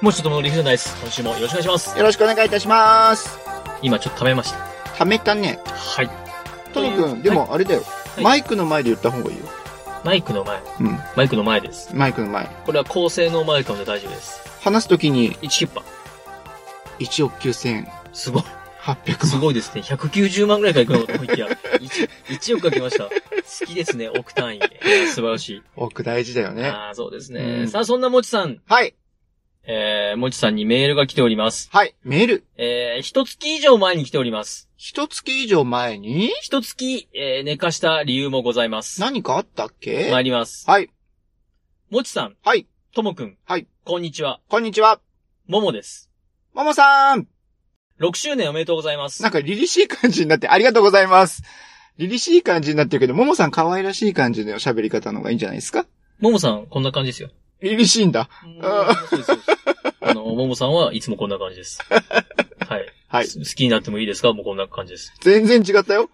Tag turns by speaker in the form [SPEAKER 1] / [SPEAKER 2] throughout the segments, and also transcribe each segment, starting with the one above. [SPEAKER 1] もうちょっともの理不尽です。今週もよろしくお願いします。
[SPEAKER 2] よろしくお願いいたします。
[SPEAKER 1] 今ちょっと貯めました。
[SPEAKER 2] ためたね。
[SPEAKER 1] はい。
[SPEAKER 2] トノ
[SPEAKER 1] は
[SPEAKER 2] 君、
[SPEAKER 1] い
[SPEAKER 2] でもあれだよ、
[SPEAKER 1] い
[SPEAKER 2] マイクの前で言った方がいいよ。
[SPEAKER 1] マイクの前。
[SPEAKER 2] うん。
[SPEAKER 1] マイクの前です。
[SPEAKER 2] マイクの前。
[SPEAKER 1] これは高性能マイクなので大丈夫です。
[SPEAKER 2] 話すときに
[SPEAKER 1] 1キュッパ。
[SPEAKER 2] 1億9800
[SPEAKER 1] す ごい。
[SPEAKER 2] 万。
[SPEAKER 1] すごいですね。190万ぐらいからいくのかと思いきや、1, 1億かけました。好きですね、億単位。いや素晴らし
[SPEAKER 2] 億大事だよ
[SPEAKER 1] い。
[SPEAKER 2] ね。
[SPEAKER 1] ああ、そうです
[SPEAKER 2] う
[SPEAKER 1] ね。
[SPEAKER 2] ん
[SPEAKER 1] さあ、そんなもちさん、
[SPEAKER 2] はい。
[SPEAKER 1] えー、もちさんにメールが来ております。
[SPEAKER 2] はい。メール。
[SPEAKER 1] えー、一月以上前に来ております。
[SPEAKER 2] 一月以上前に
[SPEAKER 1] 一月、えー、寝かした理由もございます。
[SPEAKER 2] 何かあったっけ
[SPEAKER 1] 参ります。
[SPEAKER 2] はい。
[SPEAKER 1] もちさん、
[SPEAKER 2] はい。
[SPEAKER 1] ともくん。
[SPEAKER 2] はい。
[SPEAKER 1] こんにちは。
[SPEAKER 2] こんにちは。
[SPEAKER 1] ももです。
[SPEAKER 2] ももさん。
[SPEAKER 1] 6周年おめでとうございます。
[SPEAKER 2] なんか凛々しい感じになって、ありがとうございます。凛々しい感じになってるけど、ももさん可愛らしい感じの喋り方の方がいいんじゃないですか
[SPEAKER 1] ももさん、こんな感じですよ。
[SPEAKER 2] 凛々しいんだ。あ
[SPEAKER 1] そうですそうですあの、ももさんはいつもこんな感じ です。はい。
[SPEAKER 2] はい
[SPEAKER 1] す好きになってもいいですかもうこんな感じです。
[SPEAKER 2] 全然違ったよ。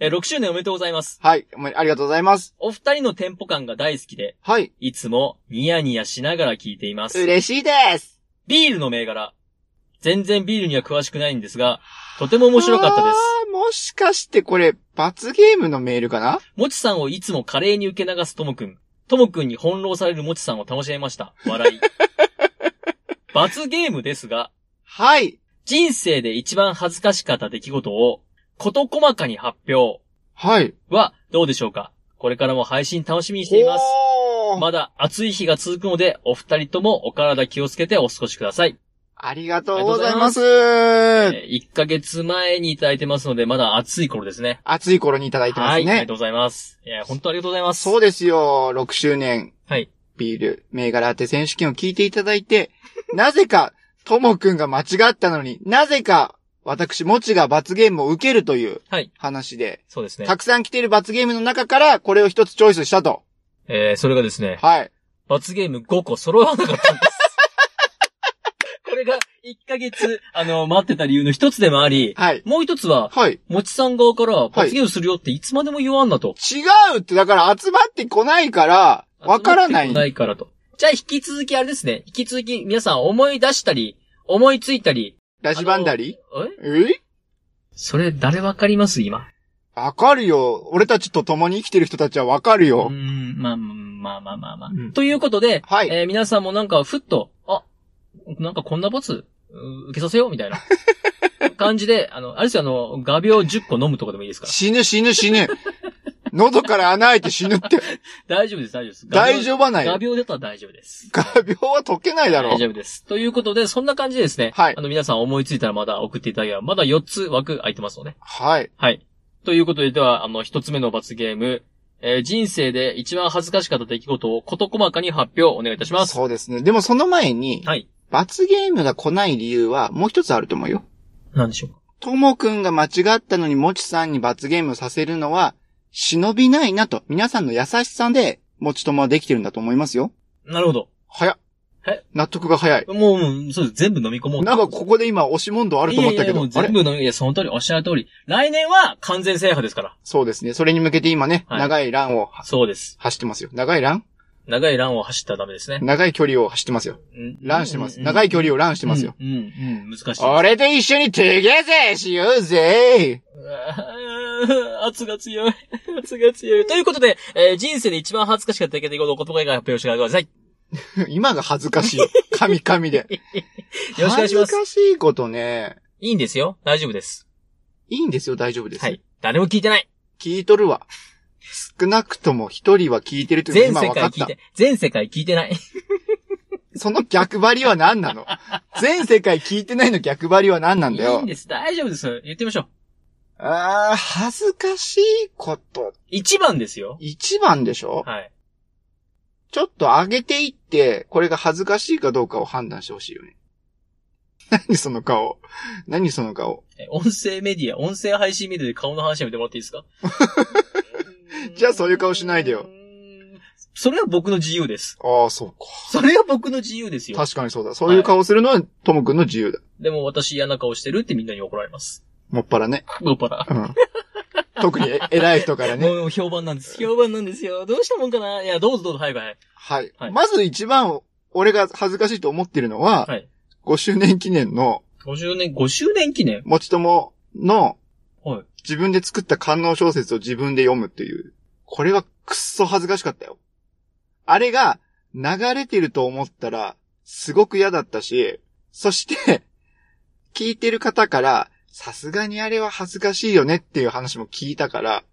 [SPEAKER 1] え、6周年おめでとうございます。
[SPEAKER 2] はい。おめありがとうございます。
[SPEAKER 1] お二人のテンポ感が大好きで、
[SPEAKER 2] はい。
[SPEAKER 1] いつもニヤニヤしながら聞いています。
[SPEAKER 2] 嬉しいです。
[SPEAKER 1] ビールの銘柄。全然ビールには詳しくないんですが、とても面白かったです。
[SPEAKER 2] あー。もしかしてこれ、罰ゲームのメールかな
[SPEAKER 1] もちさんをいつも華麗に受け流すともくん。ともくんに翻弄されるもちさんを楽しめました。笑 い。罰ゲームですが、
[SPEAKER 2] はい。
[SPEAKER 1] 人生で一番恥ずかしかった出来事を、事細かに発表
[SPEAKER 2] はい。
[SPEAKER 1] はどうでしょうかこれからも配信楽しみにしています。
[SPEAKER 2] おー
[SPEAKER 1] まだ暑い日が続くので、お二人ともお体気をつけてお過ごしください。
[SPEAKER 2] ありがとうございます。
[SPEAKER 1] えー1ヶ月前にいただいてますので、まだ暑い頃ですね。
[SPEAKER 2] 暑い頃にいただいてま
[SPEAKER 1] は
[SPEAKER 2] す
[SPEAKER 1] い、ありが
[SPEAKER 2] ね
[SPEAKER 1] と。うございます。いや、本当ありがとうございます。
[SPEAKER 2] そうですよ、6周年。
[SPEAKER 1] はい。
[SPEAKER 2] ビール、銘柄当て選手権を聞いていただいて、 なぜか、ともくんが間違ったのに、なぜか、私、もちが罰ゲームを受けるという
[SPEAKER 1] はい
[SPEAKER 2] 話で、
[SPEAKER 1] そうですね。
[SPEAKER 2] たくさん来ている罰ゲームの中から、これを一つチョイスしたと。
[SPEAKER 1] えーそれがですね、
[SPEAKER 2] はい。
[SPEAKER 1] 罰ゲーム5個揃わなかったん です。これが1ヶ月、あの、待ってた理由の一つでもあり、
[SPEAKER 2] はい。
[SPEAKER 1] もう一つは、
[SPEAKER 2] はい。
[SPEAKER 1] もちさん側から罰ゲームするよっていつまでも言わんなと。
[SPEAKER 2] 違うって、だから集まってこないから、わからな
[SPEAKER 1] 集まって
[SPEAKER 2] い
[SPEAKER 1] こ。ないからと。じゃあ引き続きあれですね、引き続き皆さん思い出したり、思いついたり、
[SPEAKER 2] ラジバンダリ
[SPEAKER 1] え
[SPEAKER 2] え
[SPEAKER 1] それ誰わかります今。
[SPEAKER 2] わかるよ。俺たちと共に生きてる人たちはわかる
[SPEAKER 1] うー
[SPEAKER 2] よ。
[SPEAKER 1] ん、まあまあまあまあまあ。
[SPEAKER 2] うん
[SPEAKER 1] ということで、
[SPEAKER 2] はい
[SPEAKER 1] えー皆さんもなんかふっと、あ、なんかこんな罰、う受けさせようみたい な感じで、あの、あれですよ、あの、画鋲10個飲むとかでもいいですから。
[SPEAKER 2] 死ぬ死 ぬ死ぬ。喉から穴開いて死ぬって。
[SPEAKER 1] 大丈夫です、大丈夫です。
[SPEAKER 2] 大丈夫はな
[SPEAKER 1] 夫
[SPEAKER 2] い
[SPEAKER 1] 画
[SPEAKER 2] よ。
[SPEAKER 1] 鋲出たら大丈夫です。
[SPEAKER 2] 画鋲は解けないだろ
[SPEAKER 1] 大
[SPEAKER 2] う。
[SPEAKER 1] 丈夫です。ということで、そんな感じでですね。
[SPEAKER 2] はい
[SPEAKER 1] あの、皆さん思いついたらまだ送っていただければ、まだ4つ枠空いてますので。
[SPEAKER 2] はい。
[SPEAKER 1] はい。ということで、では、あの、1つ目の罰ゲーム、えー人生で一番恥ずかしかった出来事を事細かに発表お願いいたします。
[SPEAKER 2] そうですね。でもその前に、
[SPEAKER 1] はい。
[SPEAKER 2] 罰ゲームが来ない理由はもう一つあると思うよ。
[SPEAKER 1] なんでしょうか
[SPEAKER 2] ともくんが間違ったのにもちさんに罰ゲームさせるのは、忍びないなと、皆さんの優しさで、もちともはできてるんだと思いますよ。
[SPEAKER 1] なるほど。
[SPEAKER 2] 早っ
[SPEAKER 1] え。
[SPEAKER 2] 納得が早い。
[SPEAKER 1] もう、もうそうです。全部飲み込もう。
[SPEAKER 2] なんかここで今押し問答あると思った
[SPEAKER 1] いや
[SPEAKER 2] け
[SPEAKER 1] いやも
[SPEAKER 2] ど
[SPEAKER 1] う、
[SPEAKER 2] あれ
[SPEAKER 1] 全部飲み、いや、その通り、おっしゃる通り。来年は完全制覇ですから。
[SPEAKER 2] そうですね。それに向けて今ね、
[SPEAKER 1] はい
[SPEAKER 2] 長いランをは
[SPEAKER 1] そうです。
[SPEAKER 2] 走ってますよ。長いラン
[SPEAKER 1] 長いランを走ったらダメですね。
[SPEAKER 2] 長い距離を走ってますよ。ランしてます。長い距離をランしててますよ。。
[SPEAKER 1] うん、うん、うん難しいです。
[SPEAKER 2] 俺と一緒に手げぜしようぜ
[SPEAKER 1] うわー 圧が強い。圧が強い。ということで、えー人生で一番恥ずかしかった出来事を言葉以外発表してください。
[SPEAKER 2] 今が恥ずかしいよ。カミカミで。
[SPEAKER 1] よろしくお願いします
[SPEAKER 2] 恥ずかしいことね。
[SPEAKER 1] いいんですよ。大丈夫です。
[SPEAKER 2] いいんですよ、大丈夫です。
[SPEAKER 1] はい。誰も聞いてない。
[SPEAKER 2] 聞いとるわ。少なくとも一人は聞いてるという
[SPEAKER 1] 全
[SPEAKER 2] のが
[SPEAKER 1] 世
[SPEAKER 2] 今分か
[SPEAKER 1] 界
[SPEAKER 2] っ
[SPEAKER 1] 聞い
[SPEAKER 2] た。
[SPEAKER 1] て、全世界聞いてない。
[SPEAKER 2] その逆張りは何なの全世界聞いてないの逆張りは何なん
[SPEAKER 1] い
[SPEAKER 2] だよ
[SPEAKER 1] いん。です。大丈夫です。言ってみましょう。
[SPEAKER 2] あー、恥ずかしいこと。
[SPEAKER 1] 一番ですよ。
[SPEAKER 2] 一番でしょ
[SPEAKER 1] はい。
[SPEAKER 2] ちょっと上げていって、これが恥ずかしいかどうかを判断してほしいよね。 何その顔。何その顔。
[SPEAKER 1] え音声メディア、音声配信メディアで顔の話やめてもらっていいですか
[SPEAKER 2] じゃあそういう顔しないでよ
[SPEAKER 1] うーん。それは僕の自由です。
[SPEAKER 2] ああ、そう
[SPEAKER 1] それは僕の自由です
[SPEAKER 2] か。
[SPEAKER 1] よ。
[SPEAKER 2] 確かにそうだ。そういう顔をするのは、ともくんの自由だ。
[SPEAKER 1] でも私嫌な顔してるってみんなに怒られ ます。
[SPEAKER 2] もっぱらね。
[SPEAKER 1] もっぱら。
[SPEAKER 2] うん。特に偉い人からね。
[SPEAKER 1] もう評判なんです。評判なんですよ。どうしたもんかないや、どうぞどうぞ、早く早く。
[SPEAKER 2] はい。
[SPEAKER 1] はい
[SPEAKER 2] まず一番俺が恥ずかしいと思ってるのは、
[SPEAKER 1] はい
[SPEAKER 2] 5周年記念の、
[SPEAKER 1] 50年、5周年記念
[SPEAKER 2] もちともの、
[SPEAKER 1] はい
[SPEAKER 2] 自分で作った観音小説を自分で読むっていう。これはくっそ恥ずかしかったよ。あれが流れてると思ったら、すごく嫌だったし、そして、 聞いてる方から、さすがにあれは恥ずかしいよねっていう話も聞いたから、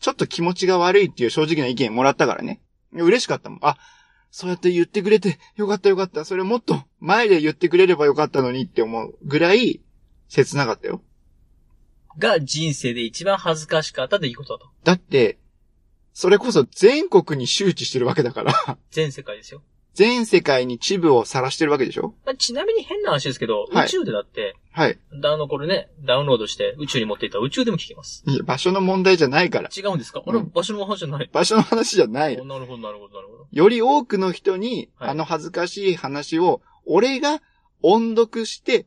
[SPEAKER 2] ちょっと気持ちが悪いっていう正直な意見もらったからね。嬉しかったもん。あ、そうやって言ってくれてよかったよかった。それもっと前で言ってくれればよかったのにって思うぐらい切なかったよ。
[SPEAKER 1] が人生で一番恥ずかしかった出来事だと。
[SPEAKER 2] だって、それこそ全国に周知してるわけだから、
[SPEAKER 1] 全世界ですよ。
[SPEAKER 2] 全世界に秩父を晒してるわけでしょ
[SPEAKER 1] まあ、ちなみに変な話ですけど、
[SPEAKER 2] はい
[SPEAKER 1] 宇宙でだって、
[SPEAKER 2] はい。
[SPEAKER 1] だあの、これね、ダウンロードして宇宙に持っていったら宇宙でも聞けます。
[SPEAKER 2] いや場所の問題じゃないから。
[SPEAKER 1] 違うんですか、
[SPEAKER 2] うん
[SPEAKER 1] あれ場所の話じゃない。
[SPEAKER 2] 場所の話じゃない
[SPEAKER 1] お。なるほど、なるほど、なるほど。
[SPEAKER 2] より多くの人に、
[SPEAKER 1] はい
[SPEAKER 2] あの恥ずかしい話を、俺が音読して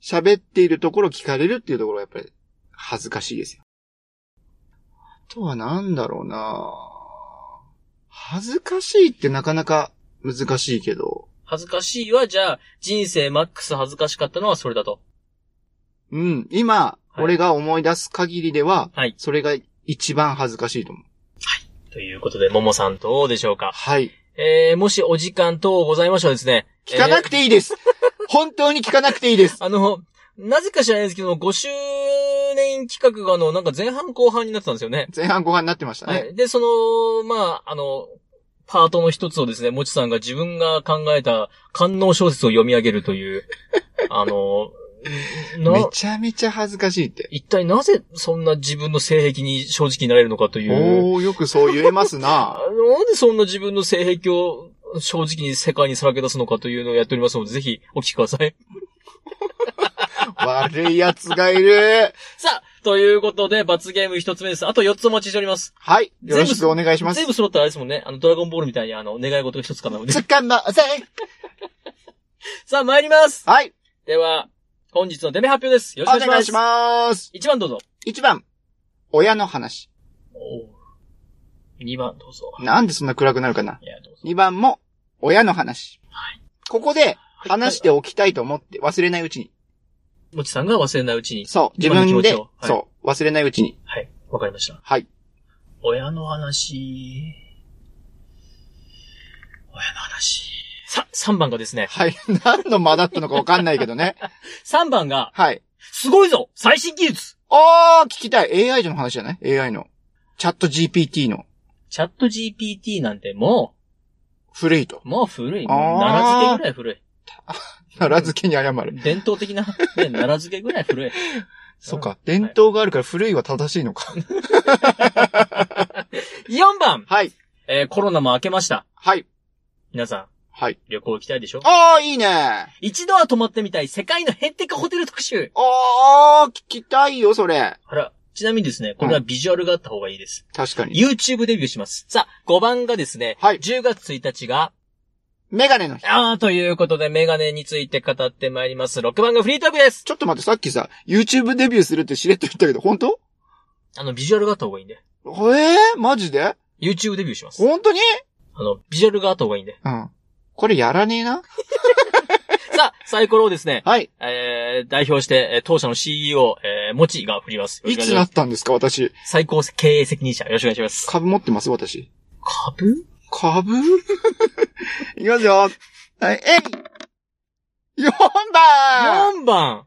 [SPEAKER 2] 喋っているところを聞かれるっていうところがやっぱり恥ずかしいですよ。あとはなんだろうな恥ずかしいってなかなか難しいけど、
[SPEAKER 1] 恥ずかしいは、じゃあ、人生マックス恥ずかしかったのはそれだと。
[SPEAKER 2] うん、今、
[SPEAKER 1] はい
[SPEAKER 2] 俺が思い出す限りでは、
[SPEAKER 1] はい
[SPEAKER 2] それが一番恥ずかしいと思う。
[SPEAKER 1] ということで、ももさんどうでしょうか
[SPEAKER 2] はい。
[SPEAKER 1] えー、もしお時間等ございましたらですね。
[SPEAKER 2] 聞かなく
[SPEAKER 1] て、
[SPEAKER 2] ていいです、本当に聞かなくていいです
[SPEAKER 1] あの、なぜか知らないですけども、5周年企画があの、なんか前半後半になってたんですよね。
[SPEAKER 2] 前半後半になってましたね。
[SPEAKER 1] はい。で、その、まあ、あの、パートの一つをですね、もちさんが自分が考えた官能小説を読み上げると いう、あの、
[SPEAKER 2] め
[SPEAKER 1] な、
[SPEAKER 2] ちゃめちゃ恥ずかしいって。
[SPEAKER 1] 一体なぜそんな自分の性癖に正直になれるのかという。
[SPEAKER 2] おー、よくそう言えま
[SPEAKER 1] あ
[SPEAKER 2] す な。
[SPEAKER 1] なんでそんな自分の性癖を正直に世界にさらけ出すのかというのをやっておりますので、ぜひお聞きください。
[SPEAKER 2] 悪い奴がいる。
[SPEAKER 1] さあ、ということで、罰ゲーム一つ目です。あと四つお待ちしております。
[SPEAKER 2] はい。よろしくお願いしま
[SPEAKER 1] 全
[SPEAKER 2] す。
[SPEAKER 1] 部揃ったらあれですもんね、あの、ドラゴンボールみたいにあの、願い事が一つかなので。
[SPEAKER 2] つかません。
[SPEAKER 1] さあ、参ります
[SPEAKER 2] はい。
[SPEAKER 1] では、本日のデメ発表です。よ
[SPEAKER 2] お
[SPEAKER 1] ろしくお
[SPEAKER 2] 願
[SPEAKER 1] 願
[SPEAKER 2] い
[SPEAKER 1] い
[SPEAKER 2] し
[SPEAKER 1] します。
[SPEAKER 2] ます。
[SPEAKER 1] 1番どうぞ。
[SPEAKER 2] 1番。親の話。
[SPEAKER 1] 2番どうぞ。
[SPEAKER 2] なんでそんな暗くなるかない
[SPEAKER 1] や、どうぞ。
[SPEAKER 2] 2番も、親の話。ここで、話して
[SPEAKER 1] は
[SPEAKER 2] おきたいと思って、忘れないうちに。
[SPEAKER 1] い。もちさんが忘れないうちに。
[SPEAKER 2] そう。自
[SPEAKER 1] 今の気
[SPEAKER 2] 分
[SPEAKER 1] 持
[SPEAKER 2] で、
[SPEAKER 1] ちをはい
[SPEAKER 2] そう。忘れないうちに。
[SPEAKER 1] はい。わかりました。
[SPEAKER 2] はい。
[SPEAKER 1] 親の話。親の話。さ、3番がですね。
[SPEAKER 2] はい。 何の間だったのかわかんないけどね。
[SPEAKER 1] 3番が、
[SPEAKER 2] はい。
[SPEAKER 1] すごいぞ最新技術
[SPEAKER 2] おー、聞きたい。AI の話じゃない ?AI の。チャット GPT の。
[SPEAKER 1] チャット GPT なんても
[SPEAKER 2] 古いと。
[SPEAKER 1] う、もう古い。
[SPEAKER 2] あー
[SPEAKER 1] もう奈良漬けぐらい古い。
[SPEAKER 2] 奈良漬けに謝る。
[SPEAKER 1] 伝統的な、ね、奈良漬けぐらい古い。
[SPEAKER 2] そっ
[SPEAKER 1] は
[SPEAKER 2] か。伝統があるから古いは正しいのか。
[SPEAKER 1] 4番
[SPEAKER 2] はい。
[SPEAKER 1] えー、コロナも明けました。
[SPEAKER 2] はい。
[SPEAKER 1] 皆さん、
[SPEAKER 2] はい。
[SPEAKER 1] 旅行行きたいでしょ
[SPEAKER 2] あー、いいね。
[SPEAKER 1] 一度は泊まってみたい世界のヘンテカホテル特集
[SPEAKER 2] あー、聞きたいよ、それ。
[SPEAKER 1] あら、ちなみにですね、これはビジュアルがあった方がいいです。
[SPEAKER 2] 確かに。
[SPEAKER 1] YouTube デビューします。さあ、5番がですね、
[SPEAKER 2] はい
[SPEAKER 1] 10月1日が、
[SPEAKER 2] メガネの日。
[SPEAKER 1] あーということでメガネについて語ってまいります。6番がフリートークです
[SPEAKER 2] ちょっと待って、さっきさ、YouTube デビューするってしれっと言ったけど、本当
[SPEAKER 1] あの、ビジュアルがあった方がいいんで。
[SPEAKER 2] えー、マジで
[SPEAKER 1] YouTube デビューします。
[SPEAKER 2] 本当に
[SPEAKER 1] あの、ビジュアルがあった方がいいんで。
[SPEAKER 2] うん。これやらねえな。
[SPEAKER 1] さあ、サイコロをですね、
[SPEAKER 2] はい。
[SPEAKER 1] えー、代表して、えー当社の CEO、えー、もちが振ります。よろ
[SPEAKER 2] い
[SPEAKER 1] しくお願い
[SPEAKER 2] つ
[SPEAKER 1] し
[SPEAKER 2] な
[SPEAKER 1] ま
[SPEAKER 2] っ
[SPEAKER 1] す
[SPEAKER 2] たんですか、私。
[SPEAKER 1] 最高経営責任者、よろしくお願いします。
[SPEAKER 2] 株持ってます、私。
[SPEAKER 1] 株
[SPEAKER 2] 株 いきますよ。はい、えい !4 番
[SPEAKER 1] 4番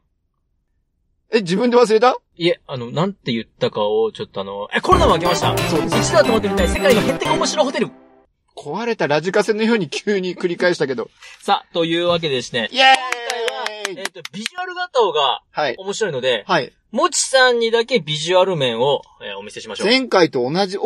[SPEAKER 2] え、自分で忘れた
[SPEAKER 1] いえ、あの、なんて言ったかを、ちょっとあの、え、コロナも明けました
[SPEAKER 2] そうで
[SPEAKER 1] 一度は泊まってみたい世界のへんてこ面白いホテル
[SPEAKER 2] 壊れたラジカセのように急に繰り返したけど。
[SPEAKER 1] さあ、というわけでですね、
[SPEAKER 2] イエ
[SPEAKER 1] えっ、
[SPEAKER 2] ーイ
[SPEAKER 1] と、ビジュアルがあった方が
[SPEAKER 2] はい。
[SPEAKER 1] 面白いので、
[SPEAKER 2] はい。
[SPEAKER 1] もちさんにだけビジュアル面を、えーお見せしましょう。
[SPEAKER 2] 前回と同じ、お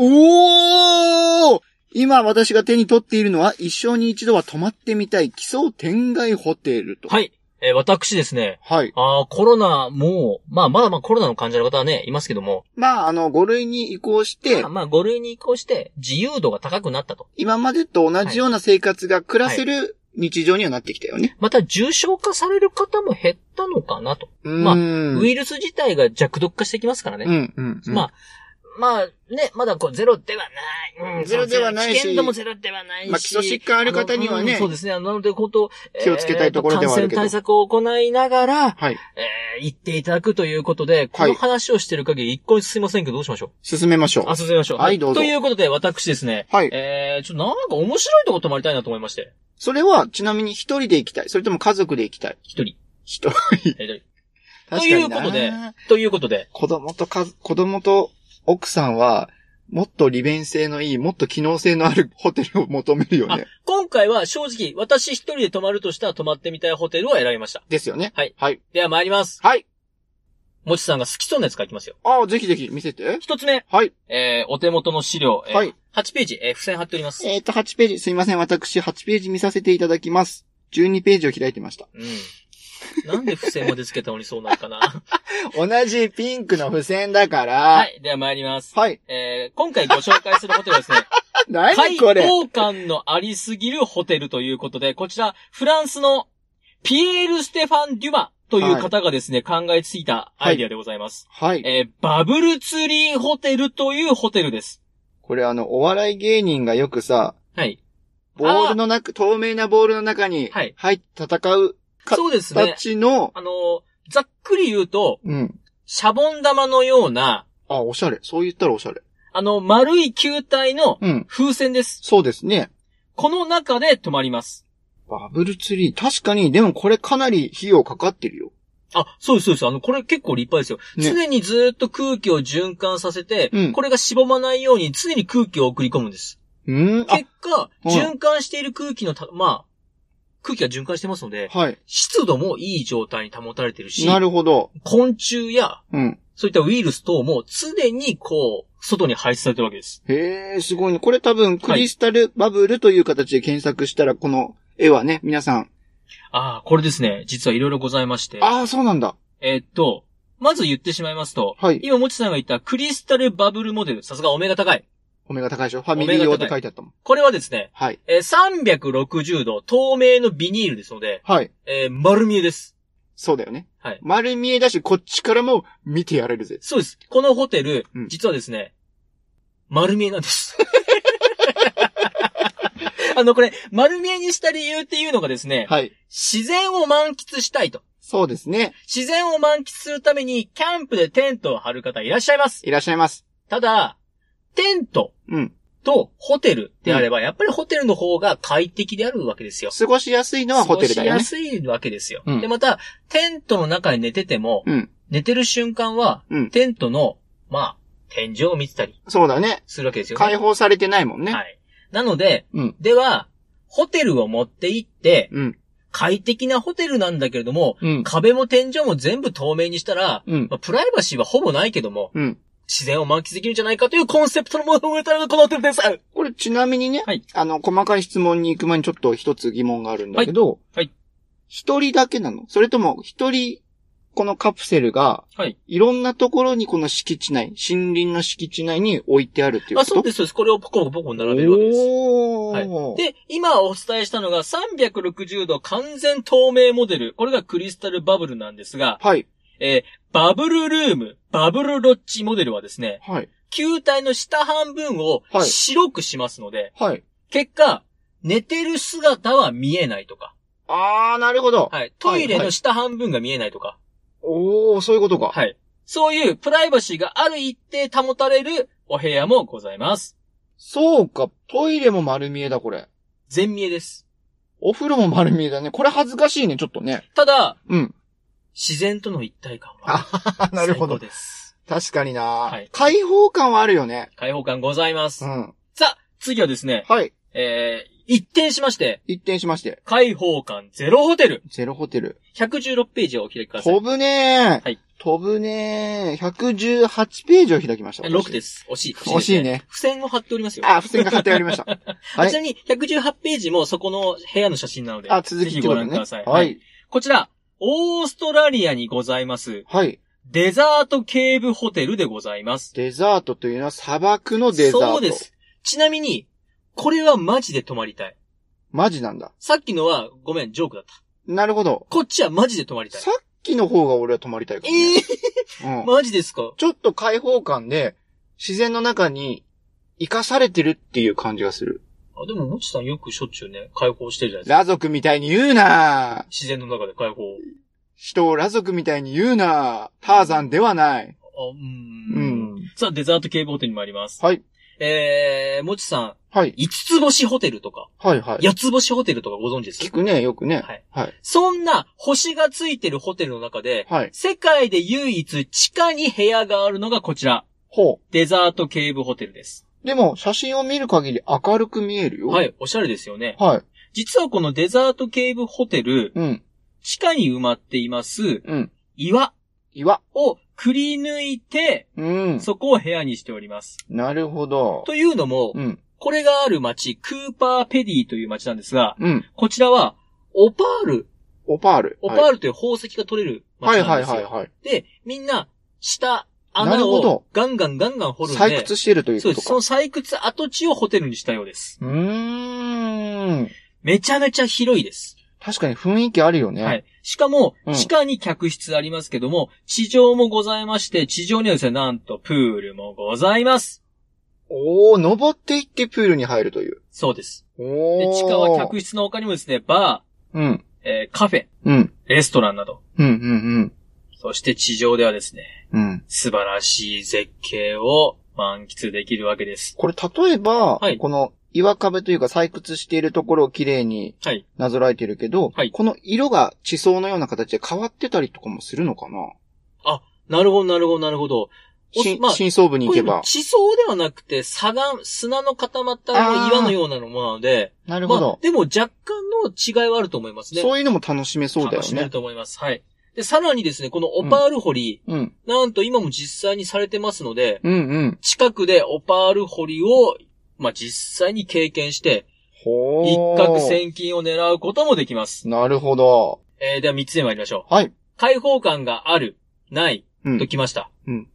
[SPEAKER 2] ー今私が手に取っているのは一生に一度は泊まってみたい奇想天外ホテルと。い。
[SPEAKER 1] はい。えー私ですね、
[SPEAKER 2] はい。
[SPEAKER 1] あーコロナ、もう、まあ、まだまあコロナの患者の方はね、いますけども、
[SPEAKER 2] まあ、あの、5類に移行して
[SPEAKER 1] まあ、まあ、5類に移行して、自由度が高くなったと。
[SPEAKER 2] 今までと同じような生活が暮らせる日常にはなってきたよね。
[SPEAKER 1] また、重症化される方も減ったのかなと。
[SPEAKER 2] う
[SPEAKER 1] まあ
[SPEAKER 2] ーん。
[SPEAKER 1] ウイルス自体が弱毒化してきますからね。
[SPEAKER 2] うん、うん。うん
[SPEAKER 1] まあ、まあね、まだこうゼロではない。うん、
[SPEAKER 2] ゼロではない
[SPEAKER 1] 危
[SPEAKER 2] し
[SPEAKER 1] 険度もゼロではないし。
[SPEAKER 2] まあ基礎疾患ある方には
[SPEAKER 1] あのう
[SPEAKER 2] ね
[SPEAKER 1] んそうですね。なので、本当
[SPEAKER 2] 気をつけたいところではあるけど
[SPEAKER 1] えーと感染対策を行いながら、
[SPEAKER 2] はい。
[SPEAKER 1] えー、言っていただくということで、この話をしてる限り一向に進みませんけど、どうしましょう
[SPEAKER 2] 進めましょう。
[SPEAKER 1] あ、進みましょう。
[SPEAKER 2] はいどうぞ
[SPEAKER 1] ということで、私ですね、
[SPEAKER 2] はい。
[SPEAKER 1] えー、ちょっとなんか面白いとこ泊まりたいなと思いまして、
[SPEAKER 2] それは、ちなみに一人で行きたい。それとも家族で行きたい。
[SPEAKER 1] 一人。
[SPEAKER 2] 一人。
[SPEAKER 1] えー
[SPEAKER 2] 確
[SPEAKER 1] と
[SPEAKER 2] かにな
[SPEAKER 1] いうことでということで、
[SPEAKER 2] 子供とか、子供と奥さんは、もっと利便性のいい、もっと機能性のある ホテルを求めるよね。
[SPEAKER 1] 今回は正直、私一人で泊まるとしたら泊まってみたいホテルを選びました。
[SPEAKER 2] ですよね。
[SPEAKER 1] はい。
[SPEAKER 2] はい。
[SPEAKER 1] では参ります。
[SPEAKER 2] はい。
[SPEAKER 1] もちさんが好きそうなやつ書きますよ。
[SPEAKER 2] ああ、ぜひぜひ見せて。
[SPEAKER 1] 一つ目、
[SPEAKER 2] はい。
[SPEAKER 1] えー、お手元の資料、えー
[SPEAKER 2] はい
[SPEAKER 1] 8ページ、えー、付箋貼っております。
[SPEAKER 2] えっ、と、8ページ。すいません。私、8ページ見させていただきます。12ページを開いてました。
[SPEAKER 1] うん。なんで付箋までつけたのにそうなるか な。
[SPEAKER 2] 同じピンクの付箋だから。
[SPEAKER 1] は
[SPEAKER 2] はい。
[SPEAKER 1] い。では参ります。
[SPEAKER 2] はい。
[SPEAKER 1] えー、今回ご紹介するホテルはですね、開
[SPEAKER 2] 何これ
[SPEAKER 1] 放感のありすぎるホテルということで、こちら、フランスのピエール・ステファン・デュマという方がですね、考えついたアイデアでございます。
[SPEAKER 2] はい。
[SPEAKER 1] えーバブルツリーホテルというホテルです。
[SPEAKER 2] これあの、お笑い芸人がよくさ、
[SPEAKER 1] はい。
[SPEAKER 2] ボールの中、透明なボールの中に、
[SPEAKER 1] はい
[SPEAKER 2] 入って戦うか
[SPEAKER 1] そうですね。
[SPEAKER 2] 形の、
[SPEAKER 1] あのー、ざっくり言うと、
[SPEAKER 2] うん。
[SPEAKER 1] シャボン玉のような、
[SPEAKER 2] あ、おしゃれ。そう言ったらおしゃれ。
[SPEAKER 1] あの、丸い球体の
[SPEAKER 2] うん。
[SPEAKER 1] 風船です。
[SPEAKER 2] そうですね。
[SPEAKER 1] この中で止まります。
[SPEAKER 2] バブルツリー。確かに、でもこれかなり費用かかってるよ。
[SPEAKER 1] あ、そうです、そうです。あの、これ結構立派ですよ。
[SPEAKER 2] ね
[SPEAKER 1] 常にずーっと空気を循環させて、
[SPEAKER 2] うん
[SPEAKER 1] これがしぼまないように常に空気を送り込むんです。
[SPEAKER 2] うん。あ
[SPEAKER 1] 結、果、
[SPEAKER 2] うん
[SPEAKER 1] 循環している空気のた、まあ、空気が循環してますので、
[SPEAKER 2] はい。
[SPEAKER 1] 湿度もいい状態に保たれてるし、
[SPEAKER 2] なるほど。
[SPEAKER 1] 昆虫や、
[SPEAKER 2] うん。
[SPEAKER 1] そういったウイルス等も常にこう、外に排出されてるわけです。
[SPEAKER 2] へえ、すごいね。これ多分、クリスタルバブルという形で検索したら、この絵はね、皆さん。
[SPEAKER 1] ああ、これですね。実はいろいろございまして。
[SPEAKER 2] ああ、そうなんだ。
[SPEAKER 1] えーっと、まず言ってしまいますと、
[SPEAKER 2] はい。
[SPEAKER 1] 今、もちさんが言ったクリスタルバブルモデル、さすがお目が高い。
[SPEAKER 2] お目が高いでしょファミリー用って書いてあったもん。
[SPEAKER 1] これはですね、
[SPEAKER 2] はい。
[SPEAKER 1] えー360度透明のビニールですので、
[SPEAKER 2] はい。
[SPEAKER 1] えー丸見えです。
[SPEAKER 2] そうだよね。
[SPEAKER 1] はい
[SPEAKER 2] 丸見えだし、こっちからも見てやれるぜ。
[SPEAKER 1] そうです。このホテル、
[SPEAKER 2] うん
[SPEAKER 1] 実はですね、丸見えなんです。 あの、これ、丸見えにした理由っていうのがですね、
[SPEAKER 2] はい。
[SPEAKER 1] 自然を満喫したいと。
[SPEAKER 2] そうですね。
[SPEAKER 1] 自然を満喫するために、キャンプでテントを張る方いらっしゃいます。
[SPEAKER 2] いらっしゃいます。
[SPEAKER 1] ただ、テント
[SPEAKER 2] うん。
[SPEAKER 1] とホテルであれば、やっぱりホテルの方が快適であるわけですよ。
[SPEAKER 2] 過ごしやすいのはホテルだよ
[SPEAKER 1] 過ご
[SPEAKER 2] ね。
[SPEAKER 1] しやすいわけですよ。
[SPEAKER 2] うん
[SPEAKER 1] で、また、テントの中に寝てても、
[SPEAKER 2] うん。
[SPEAKER 1] 寝てる瞬間は、
[SPEAKER 2] うん
[SPEAKER 1] テントの、まあ、天井を見てたり
[SPEAKER 2] そうだね。
[SPEAKER 1] するわけですよね。
[SPEAKER 2] 解放されてないもんね。
[SPEAKER 1] はい。なので、
[SPEAKER 2] うん。
[SPEAKER 1] では、ホテルを持って行って、
[SPEAKER 2] うん。
[SPEAKER 1] 快適なホテルなんだけれども、
[SPEAKER 2] うん。
[SPEAKER 1] 壁も天井も全部透明にしたら、
[SPEAKER 2] うん。
[SPEAKER 1] まあ、プライバシーはほぼないけども、
[SPEAKER 2] うん。
[SPEAKER 1] 自然を満喫できるんじゃないかというコンセプトのものを植えたのがこのホテルです。
[SPEAKER 2] これちなみにね、
[SPEAKER 1] はい
[SPEAKER 2] あの、細かい質問に行く前にちょっと一つ疑問があるんだけど、
[SPEAKER 1] はいはい
[SPEAKER 2] 一、人だけなのそれとも一人、このカプセルが、
[SPEAKER 1] はい。
[SPEAKER 2] ろんなところにこの敷地内、森林の敷地内に置いてあるっていうこ
[SPEAKER 1] あ、
[SPEAKER 2] と
[SPEAKER 1] そうです、そうです。これをポコポコポコ並べるわけです。
[SPEAKER 2] お
[SPEAKER 1] は
[SPEAKER 2] ー。
[SPEAKER 1] で、今お伝えしたのが360度完全透明モデル。これがクリスタルバブルなんですが、
[SPEAKER 2] はい。
[SPEAKER 1] えーバブルルーム、バブルロッジモデルはですね、
[SPEAKER 2] はい。
[SPEAKER 1] 球体の下半分を
[SPEAKER 2] はい
[SPEAKER 1] 白くしますので、
[SPEAKER 2] はい。
[SPEAKER 1] 結果、寝てる姿は見えないとか、
[SPEAKER 2] あー、なるほど。
[SPEAKER 1] はい。トイレの下半分が見えないとか、
[SPEAKER 2] おー、そういうことか。
[SPEAKER 1] はい。そういうプライバシーがある一定保たれるお部屋もございます。
[SPEAKER 2] そうか、トイレも丸見えだ、これ。
[SPEAKER 1] 全見えです。
[SPEAKER 2] お風呂も丸見えだね。これ恥ずかしいね、ちょっとね。
[SPEAKER 1] ただ、
[SPEAKER 2] うん。
[SPEAKER 1] 自然との一体感は
[SPEAKER 2] あ
[SPEAKER 1] 最高。です。
[SPEAKER 2] 確かにな、
[SPEAKER 1] はい
[SPEAKER 2] 開放感はあるよね。
[SPEAKER 1] 開放感ございます。
[SPEAKER 2] うん。
[SPEAKER 1] さあ、次はですね、
[SPEAKER 2] はい。
[SPEAKER 1] えー、一転しまして、
[SPEAKER 2] 一転しまして。
[SPEAKER 1] 開放感ゼロホテル。
[SPEAKER 2] ゼロホテル。
[SPEAKER 1] 116ページをお開きください
[SPEAKER 2] 飛。ぶねー。
[SPEAKER 1] はい
[SPEAKER 2] 飛ぶねー。118ページを開きました。私
[SPEAKER 1] 6で。す。惜しい。
[SPEAKER 2] 惜しいね。
[SPEAKER 1] 付箋を貼っておりますよ。
[SPEAKER 2] あ、付箋が貼ってありました。 は。
[SPEAKER 1] ちないみに、118ページもそこの部屋の写真なので、
[SPEAKER 2] あ、続
[SPEAKER 1] ぜ
[SPEAKER 2] き
[SPEAKER 1] ひ
[SPEAKER 2] って
[SPEAKER 1] ご
[SPEAKER 2] こと
[SPEAKER 1] 覧く
[SPEAKER 2] ね。
[SPEAKER 1] ださい。
[SPEAKER 2] はい。
[SPEAKER 1] こちら、オーストラリアにございます、
[SPEAKER 2] はい。
[SPEAKER 1] デザートケーブホテルでございます。
[SPEAKER 2] デザートというのは砂漠のデザート。
[SPEAKER 1] そうで。す。ちなみに、これはマジで泊まりたい。
[SPEAKER 2] マジなんだ。
[SPEAKER 1] さっきのは、ごめん、ジョークだった。
[SPEAKER 2] なるほど。
[SPEAKER 1] こっちはマジで泊まりたい
[SPEAKER 2] さ。っきの方が俺は泊まりたいから、ね。
[SPEAKER 1] ええ
[SPEAKER 2] うん
[SPEAKER 1] マジですか
[SPEAKER 2] ちょっと開放感で、自然の中に生かされてるっていう感じがする。
[SPEAKER 1] あ、でも、もちさんよくしょっちゅうね、解放してるじゃないですか。
[SPEAKER 2] 裸族みたいに言うな
[SPEAKER 1] 自然の中で解放。
[SPEAKER 2] 人を裸族みたいに言うなターザンではない。
[SPEAKER 1] あ、うー。
[SPEAKER 2] うんん。
[SPEAKER 1] さあ、デザート系ホテルに参ります。
[SPEAKER 2] はい。
[SPEAKER 1] えー、もちさん、
[SPEAKER 2] はい。
[SPEAKER 1] 五つ星ホテルとか、
[SPEAKER 2] はいはい。
[SPEAKER 1] 八つ星ホテルとかご存知です
[SPEAKER 2] 聞
[SPEAKER 1] か
[SPEAKER 2] くね、よくね。
[SPEAKER 1] はい。
[SPEAKER 2] はい。
[SPEAKER 1] そんな星がついてるホテルの中で、
[SPEAKER 2] はい。
[SPEAKER 1] 世界で唯一地下に部屋があるのがこちら、
[SPEAKER 2] ほ
[SPEAKER 1] デザートケーブホテルです。
[SPEAKER 2] う。でも、写真を見る限り明るく見えるよ。
[SPEAKER 1] は。い、おしゃれですよね。
[SPEAKER 2] はい。
[SPEAKER 1] 実はこのデザートケーブホテル、
[SPEAKER 2] うん。
[SPEAKER 1] 地下に埋まっています
[SPEAKER 2] うん。
[SPEAKER 1] 岩
[SPEAKER 2] 岩。
[SPEAKER 1] をくり抜いて、
[SPEAKER 2] うん。
[SPEAKER 1] そこを部屋にしております。
[SPEAKER 2] なるほど。
[SPEAKER 1] というのも、
[SPEAKER 2] うん。
[SPEAKER 1] これがある町、クーパーペディという町なんですが、
[SPEAKER 2] うん。
[SPEAKER 1] こちらは、オパール、
[SPEAKER 2] オパール。
[SPEAKER 1] オパー
[SPEAKER 2] ル。
[SPEAKER 1] ルという宝石が取れる町
[SPEAKER 2] はい
[SPEAKER 1] なん
[SPEAKER 2] は
[SPEAKER 1] で
[SPEAKER 2] い
[SPEAKER 1] すよ。
[SPEAKER 2] はいはい。
[SPEAKER 1] で、みんな、下、
[SPEAKER 2] なる
[SPEAKER 1] 穴
[SPEAKER 2] ほ
[SPEAKER 1] を
[SPEAKER 2] ど
[SPEAKER 1] ガンガンガンガン掘るんで、
[SPEAKER 2] 採掘してるという
[SPEAKER 1] そうで
[SPEAKER 2] こと
[SPEAKER 1] す。その
[SPEAKER 2] か。
[SPEAKER 1] 採掘跡地をホテルにしたようです。
[SPEAKER 2] うーん。
[SPEAKER 1] めちゃめちゃ広いです。
[SPEAKER 2] 確かに雰囲気あるよね。
[SPEAKER 1] はい。しかも
[SPEAKER 2] う、ん
[SPEAKER 1] 地下に客室ありますけども、地上もございまして、地上にはですね、なんとプールもございます。
[SPEAKER 2] おー、登っていってプールに入るという。
[SPEAKER 1] そうです。
[SPEAKER 2] お
[SPEAKER 1] で
[SPEAKER 2] ー。
[SPEAKER 1] 地下は客室の他にもですね、バ
[SPEAKER 2] うん。
[SPEAKER 1] ー、えーカフェ、
[SPEAKER 2] うん。
[SPEAKER 1] レストランなど、
[SPEAKER 2] うん、うん、
[SPEAKER 1] そして地上ではですね、
[SPEAKER 2] うん。うん。
[SPEAKER 1] 素晴らしい絶景を満喫できるわけです。
[SPEAKER 2] これ、例えば、
[SPEAKER 1] はい
[SPEAKER 2] この岩壁というか採掘しているところを綺麗に
[SPEAKER 1] はい。
[SPEAKER 2] なぞらえてるけど、
[SPEAKER 1] はい
[SPEAKER 2] この色が地層のような形で変わってたりとかもするのかな
[SPEAKER 1] なるほど、なるほど、なるほど。お
[SPEAKER 2] し
[SPEAKER 1] まあ
[SPEAKER 2] 深層部に行
[SPEAKER 1] こ
[SPEAKER 2] け
[SPEAKER 1] れ
[SPEAKER 2] ば。
[SPEAKER 1] 地層ではなくて、砂岩、砂の固まった
[SPEAKER 2] あー
[SPEAKER 1] 岩のようなものなので、
[SPEAKER 2] なる
[SPEAKER 1] ま
[SPEAKER 2] ほ
[SPEAKER 1] あ
[SPEAKER 2] ど、、
[SPEAKER 1] でも若干の違いはあると思いますね。
[SPEAKER 2] そういうのも楽しめそうだよ
[SPEAKER 1] 楽しめる
[SPEAKER 2] ね。
[SPEAKER 1] と思います。はい。で、さらにですね、このオパール掘り、
[SPEAKER 2] うん。
[SPEAKER 1] なんと今も実際にされてますので、
[SPEAKER 2] うん、うん。
[SPEAKER 1] 近くでオパール掘りを、まあ、実際に経験して、
[SPEAKER 2] ほ
[SPEAKER 1] 一
[SPEAKER 2] ー。
[SPEAKER 1] 攫千金を狙うこともできます。
[SPEAKER 2] なるほど。
[SPEAKER 1] えー、では三つ目参りましょう。
[SPEAKER 2] はい。
[SPEAKER 1] 開放感がある、ない、
[SPEAKER 2] うん
[SPEAKER 1] と。きました。
[SPEAKER 2] うん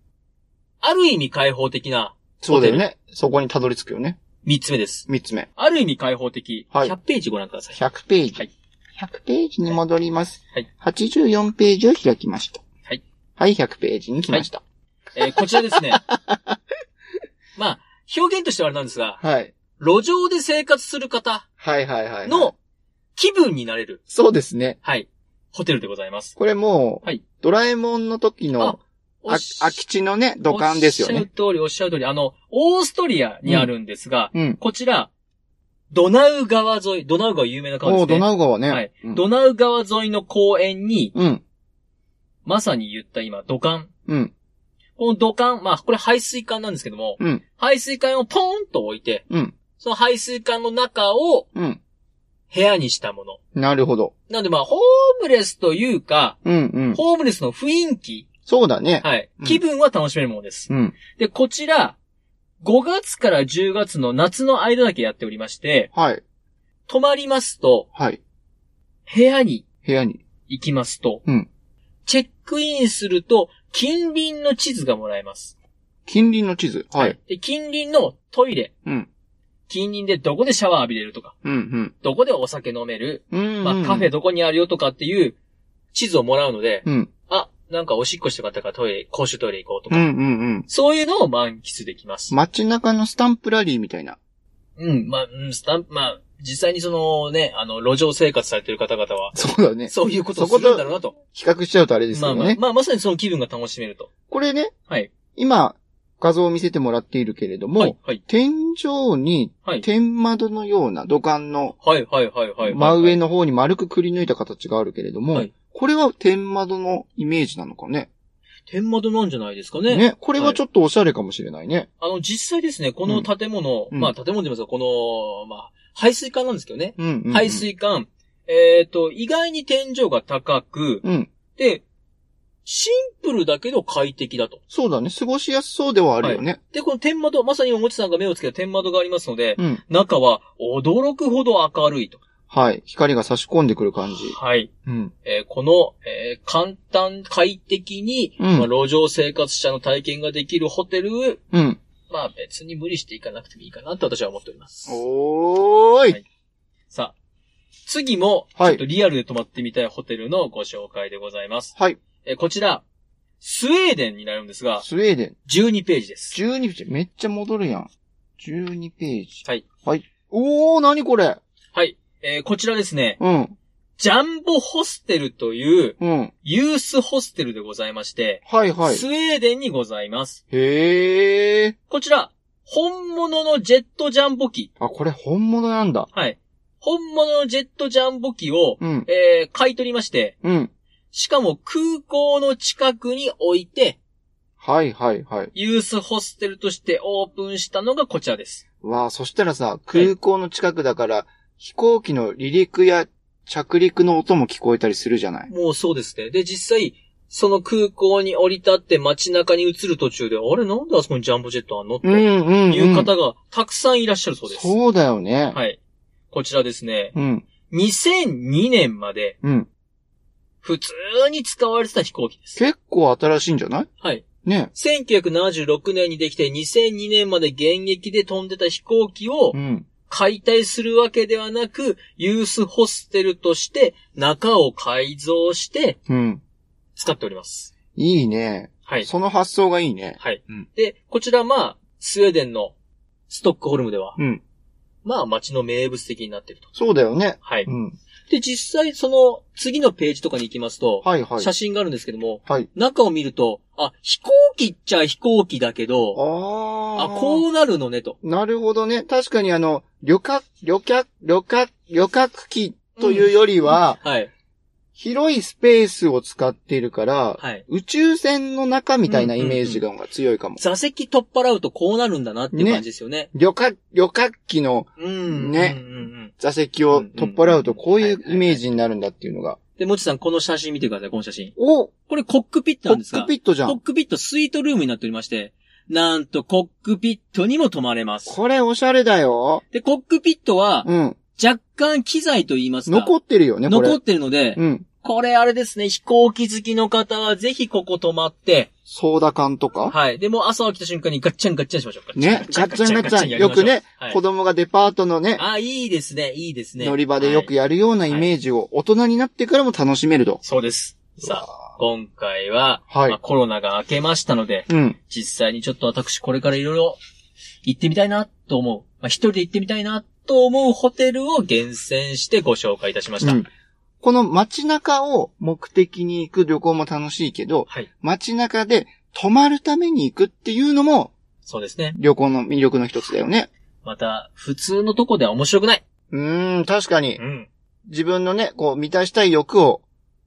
[SPEAKER 1] ある意味開放的な
[SPEAKER 2] そうだよね。そこにたどり着くよね。
[SPEAKER 1] 三つ目です。
[SPEAKER 2] 三つ目。
[SPEAKER 1] ある意味開放的。
[SPEAKER 2] はい
[SPEAKER 1] 100ページご覧ください。
[SPEAKER 2] 100ページ。
[SPEAKER 1] はい
[SPEAKER 2] 100ページに戻ります。
[SPEAKER 1] はい
[SPEAKER 2] 84ページを開きました。
[SPEAKER 1] はい。
[SPEAKER 2] はい、100ページに来ました。
[SPEAKER 1] えーこちら ですね。まあ、表現としてはあれなんですが、
[SPEAKER 2] はい。
[SPEAKER 1] 路上で生活する方
[SPEAKER 2] はい、はい、はい。
[SPEAKER 1] の、気分になれる、
[SPEAKER 2] そうですね。
[SPEAKER 1] はい、ホテルでございます。
[SPEAKER 2] これもう、
[SPEAKER 1] はい
[SPEAKER 2] ドラえもんの時の、
[SPEAKER 1] お
[SPEAKER 2] あ
[SPEAKER 1] っし
[SPEAKER 2] 空き地のね、土管ですよ
[SPEAKER 1] おっし
[SPEAKER 2] ね。
[SPEAKER 1] ゃる通り、おっしゃる通り。あの、オーストリアにあるんですが、
[SPEAKER 2] うん。
[SPEAKER 1] こちら、ドナウ川沿い、ドナウ川有名な川で
[SPEAKER 2] お
[SPEAKER 1] す
[SPEAKER 2] ード
[SPEAKER 1] ね。
[SPEAKER 2] ナウ川ね。
[SPEAKER 1] はい
[SPEAKER 2] うん
[SPEAKER 1] ドナウ川沿いの公園に、
[SPEAKER 2] うん。
[SPEAKER 1] まさに言った今、土管。
[SPEAKER 2] うん。
[SPEAKER 1] この土管、まあ、これ排水管なんですけども、
[SPEAKER 2] うん。
[SPEAKER 1] 排水管をポーンと置いて、
[SPEAKER 2] うん。
[SPEAKER 1] その排水管の中を
[SPEAKER 2] うん。
[SPEAKER 1] 部屋にしたもの。
[SPEAKER 2] なるほど。
[SPEAKER 1] なのでまあ、ホームレスというか、
[SPEAKER 2] うん、うん。
[SPEAKER 1] ホームレスの雰囲気、
[SPEAKER 2] そうだね。
[SPEAKER 1] はい
[SPEAKER 2] うん、
[SPEAKER 1] 気分は楽しめるものです。
[SPEAKER 2] うん。
[SPEAKER 1] で、こちら、5月から10月の夏の間だけやっておりまして、
[SPEAKER 2] はい。
[SPEAKER 1] 泊まりますと、
[SPEAKER 2] はい。
[SPEAKER 1] 部屋に
[SPEAKER 2] 部屋に。
[SPEAKER 1] 行きますと、
[SPEAKER 2] うん
[SPEAKER 1] チェックインすると、近隣の地図がもらえます。
[SPEAKER 2] 近隣の地図。はい。
[SPEAKER 1] で、近隣のトイレ、
[SPEAKER 2] うん。
[SPEAKER 1] 近隣でどこでシャワー浴びれるとか、
[SPEAKER 2] うん、
[SPEAKER 1] どこでお酒飲める、
[SPEAKER 2] うん。うん。
[SPEAKER 1] まあ、カフェ
[SPEAKER 2] と。
[SPEAKER 1] どこにあるよとかっていう地図をもらうので、
[SPEAKER 2] うん。
[SPEAKER 1] あ、なんかおしっこしたかったからトイレ、公衆トイレ行こうと
[SPEAKER 2] う
[SPEAKER 1] か、
[SPEAKER 2] ん、うん、うん。
[SPEAKER 1] そういうのを満喫できます。
[SPEAKER 2] 街中のスタンプラリーみたいな。
[SPEAKER 1] うん、まあ、うん、スタンまあ、実際にそのね、あの、路上生活されてる方々は、
[SPEAKER 2] そうだね。
[SPEAKER 1] そういうことを
[SPEAKER 2] そこ
[SPEAKER 1] す
[SPEAKER 2] と
[SPEAKER 1] るんだろうなと。
[SPEAKER 2] 比較しちゃうとあれです
[SPEAKER 1] まあ
[SPEAKER 2] よね。
[SPEAKER 1] まあ、まあ、まさにその気分が楽しめると。
[SPEAKER 2] これね、
[SPEAKER 1] はい。
[SPEAKER 2] 今、画像を見せてもらっているけれども、
[SPEAKER 1] はい、はい、
[SPEAKER 2] 天井に
[SPEAKER 1] はい。
[SPEAKER 2] 天窓のような土管の
[SPEAKER 1] はい、はい、はい、はい。
[SPEAKER 2] 真上
[SPEAKER 1] の。
[SPEAKER 2] の方に丸くくり抜いた形があるけれども、
[SPEAKER 1] はい
[SPEAKER 2] これは天窓のイメージなのかね。
[SPEAKER 1] 天窓なんじゃないですかね。
[SPEAKER 2] ね。これはちょっとおしゃれかもしれないね。
[SPEAKER 1] あの、実際ですね、この建物、
[SPEAKER 2] うん
[SPEAKER 1] まあ、建物で言いますが、この、まあ、排水管なんですけどね。
[SPEAKER 2] うんうん、うん。
[SPEAKER 1] 排。水管、えっ、と、意外に天井が高く、
[SPEAKER 2] うん。
[SPEAKER 1] で、シンプルだけど快適だと。
[SPEAKER 2] そうだね。過ごしやすそうではあるよね。
[SPEAKER 1] で、この天窓、まさにおもちさんが目をつけた天窓がありますので、
[SPEAKER 2] うん。
[SPEAKER 1] 中は驚くほど明るいと。
[SPEAKER 2] はい。光が差し込んでくる感じ。
[SPEAKER 1] はい。
[SPEAKER 2] うん。
[SPEAKER 1] えーこの、えー簡単、快適に、
[SPEAKER 2] うん
[SPEAKER 1] まあ、路上生活者の体験ができるホテル、
[SPEAKER 2] うん。
[SPEAKER 1] まあ別に無理していかなくてもいいかなと私は思っております。
[SPEAKER 2] おーい。
[SPEAKER 1] はいさあ、次も、ち
[SPEAKER 2] はい
[SPEAKER 1] ょっとリアルで泊まってみたいホテルのご紹介でございます。
[SPEAKER 2] はい。
[SPEAKER 1] えーこちら、スウェーデンになるんですが、
[SPEAKER 2] スウェーデン。
[SPEAKER 1] 12ページです。
[SPEAKER 2] 12ページ。めっちゃ戻るやん。12ページ。
[SPEAKER 1] はい。
[SPEAKER 2] はい。おー、なにこれ
[SPEAKER 1] はい。えーこちらですね、
[SPEAKER 2] うん。
[SPEAKER 1] ジャンボホステルという
[SPEAKER 2] うん。
[SPEAKER 1] ユースホステルでございまして、
[SPEAKER 2] はいはい。
[SPEAKER 1] スウェーデンにございます。
[SPEAKER 2] へー。
[SPEAKER 1] こちら、本物のジェットジャンボ機。
[SPEAKER 2] あ、これ本物なんだ。
[SPEAKER 1] はい。本物のジェットジャンボ機を、
[SPEAKER 2] うん。
[SPEAKER 1] えー買い取りまして、
[SPEAKER 2] うん。
[SPEAKER 1] しかも空港の近くに置いて、
[SPEAKER 2] はいはいはい。
[SPEAKER 1] ユースホステルとしてオープンしたのがこちらです。
[SPEAKER 2] わあ、そしたらさ、空港の近くだから、飛行機の離陸や着陸の音も聞こえたりするじゃない
[SPEAKER 1] もうそうですね。で、実際、その空港に降り立って街中に移る途中で、あれなんであそこにジャンボジェットあんのと
[SPEAKER 2] うん
[SPEAKER 1] い
[SPEAKER 2] うん、うん。
[SPEAKER 1] う方がたくさんいらっしゃるそうです。
[SPEAKER 2] そうだよね。
[SPEAKER 1] はい。こちらですね。
[SPEAKER 2] うん。
[SPEAKER 1] 2002年まで
[SPEAKER 2] うん。
[SPEAKER 1] 普通に使われてた飛行機です。
[SPEAKER 2] 結構新しいんじゃない
[SPEAKER 1] はい。
[SPEAKER 2] ね。
[SPEAKER 1] 1976年にできて2002年まで現役で飛んでた飛行機を
[SPEAKER 2] うん。
[SPEAKER 1] 解体するわけではなく、ユースホステルとして中を改造して
[SPEAKER 2] うん。
[SPEAKER 1] 使っております。
[SPEAKER 2] いいね。
[SPEAKER 1] はい。
[SPEAKER 2] その発想がいいね。
[SPEAKER 1] はい。
[SPEAKER 2] うん
[SPEAKER 1] で、こちらまあ、スウェーデンのストックホルムでは、
[SPEAKER 2] うん。
[SPEAKER 1] まあ街の名物的になっていると。
[SPEAKER 2] そうだよね。
[SPEAKER 1] はい。
[SPEAKER 2] うん。
[SPEAKER 1] で、実際その次のページとかに行きますと、
[SPEAKER 2] はいはい。
[SPEAKER 1] 写真があるんですけども、
[SPEAKER 2] はい。
[SPEAKER 1] 中を見ると、あ、飛行機っちゃ飛行機だけ
[SPEAKER 2] あ
[SPEAKER 1] ど、
[SPEAKER 2] ー。
[SPEAKER 1] あ、こうなるのねと。
[SPEAKER 2] なるほどね。確かにあの、旅客、旅客、旅客、旅客機というよりは、
[SPEAKER 1] はい。
[SPEAKER 2] 広いスペースを使っているから、
[SPEAKER 1] はい。
[SPEAKER 2] 宇宙船の中みたいなイメージが強いかも。
[SPEAKER 1] 座席取っ払うとこうなるんだなっていう感じですよね。
[SPEAKER 2] 旅客、旅客機の
[SPEAKER 1] うん。
[SPEAKER 2] ね
[SPEAKER 1] うんうんうん。
[SPEAKER 2] 座席を取っ払うとこういうイメージになるんだっていうのが。
[SPEAKER 1] で、もちさん、この写真見てください、この写真。
[SPEAKER 2] おコ
[SPEAKER 1] これコックピットなんですが。
[SPEAKER 2] ックピットじゃ
[SPEAKER 1] コ
[SPEAKER 2] ん
[SPEAKER 1] ッ。クピットスイートルームになっておりまして、なんとコックピットにも泊まれます。
[SPEAKER 2] これおしゃれだよ。
[SPEAKER 1] で、コックピットは
[SPEAKER 2] うん。
[SPEAKER 1] 若干機材と言いますか、
[SPEAKER 2] 残ってるよね、これ。
[SPEAKER 1] 残ってるので、
[SPEAKER 2] うん。
[SPEAKER 1] これあれですね、飛行機好きの方はぜひここ泊まって、
[SPEAKER 2] ソーダ缶とか
[SPEAKER 1] はい。で、もう朝起きた瞬間にガッチャンガッチャンしましょう。
[SPEAKER 2] ね、ガッチャンガッチャン。よくね、子
[SPEAKER 1] 供。
[SPEAKER 2] 供がデパートのね、
[SPEAKER 1] あ、いいですね、いいですね。
[SPEAKER 2] 乗り場でよく
[SPEAKER 1] や
[SPEAKER 2] やるようなイメージを大人になってからも楽しめると。
[SPEAKER 1] そうです。さあ、今回は、
[SPEAKER 2] はい
[SPEAKER 1] まあコロナが明けましたので、
[SPEAKER 2] うん。
[SPEAKER 1] 実際にちょっと私これからいろいろ行ってみたいなと思う。まあ、一人で行ってみたいなと思うホテルを厳選してご紹介いたしました。
[SPEAKER 2] うんこの街中を目的に行く旅行も楽しいけど、
[SPEAKER 1] はい。
[SPEAKER 2] 街中で泊まるために行くっていうのも
[SPEAKER 1] そうですね。
[SPEAKER 2] 旅行の魅力の一つだよね。
[SPEAKER 1] また、普通のとこでは面白くない。
[SPEAKER 2] うーん、確かに
[SPEAKER 1] う。ん。
[SPEAKER 2] 自分のね、こう満たしたい欲を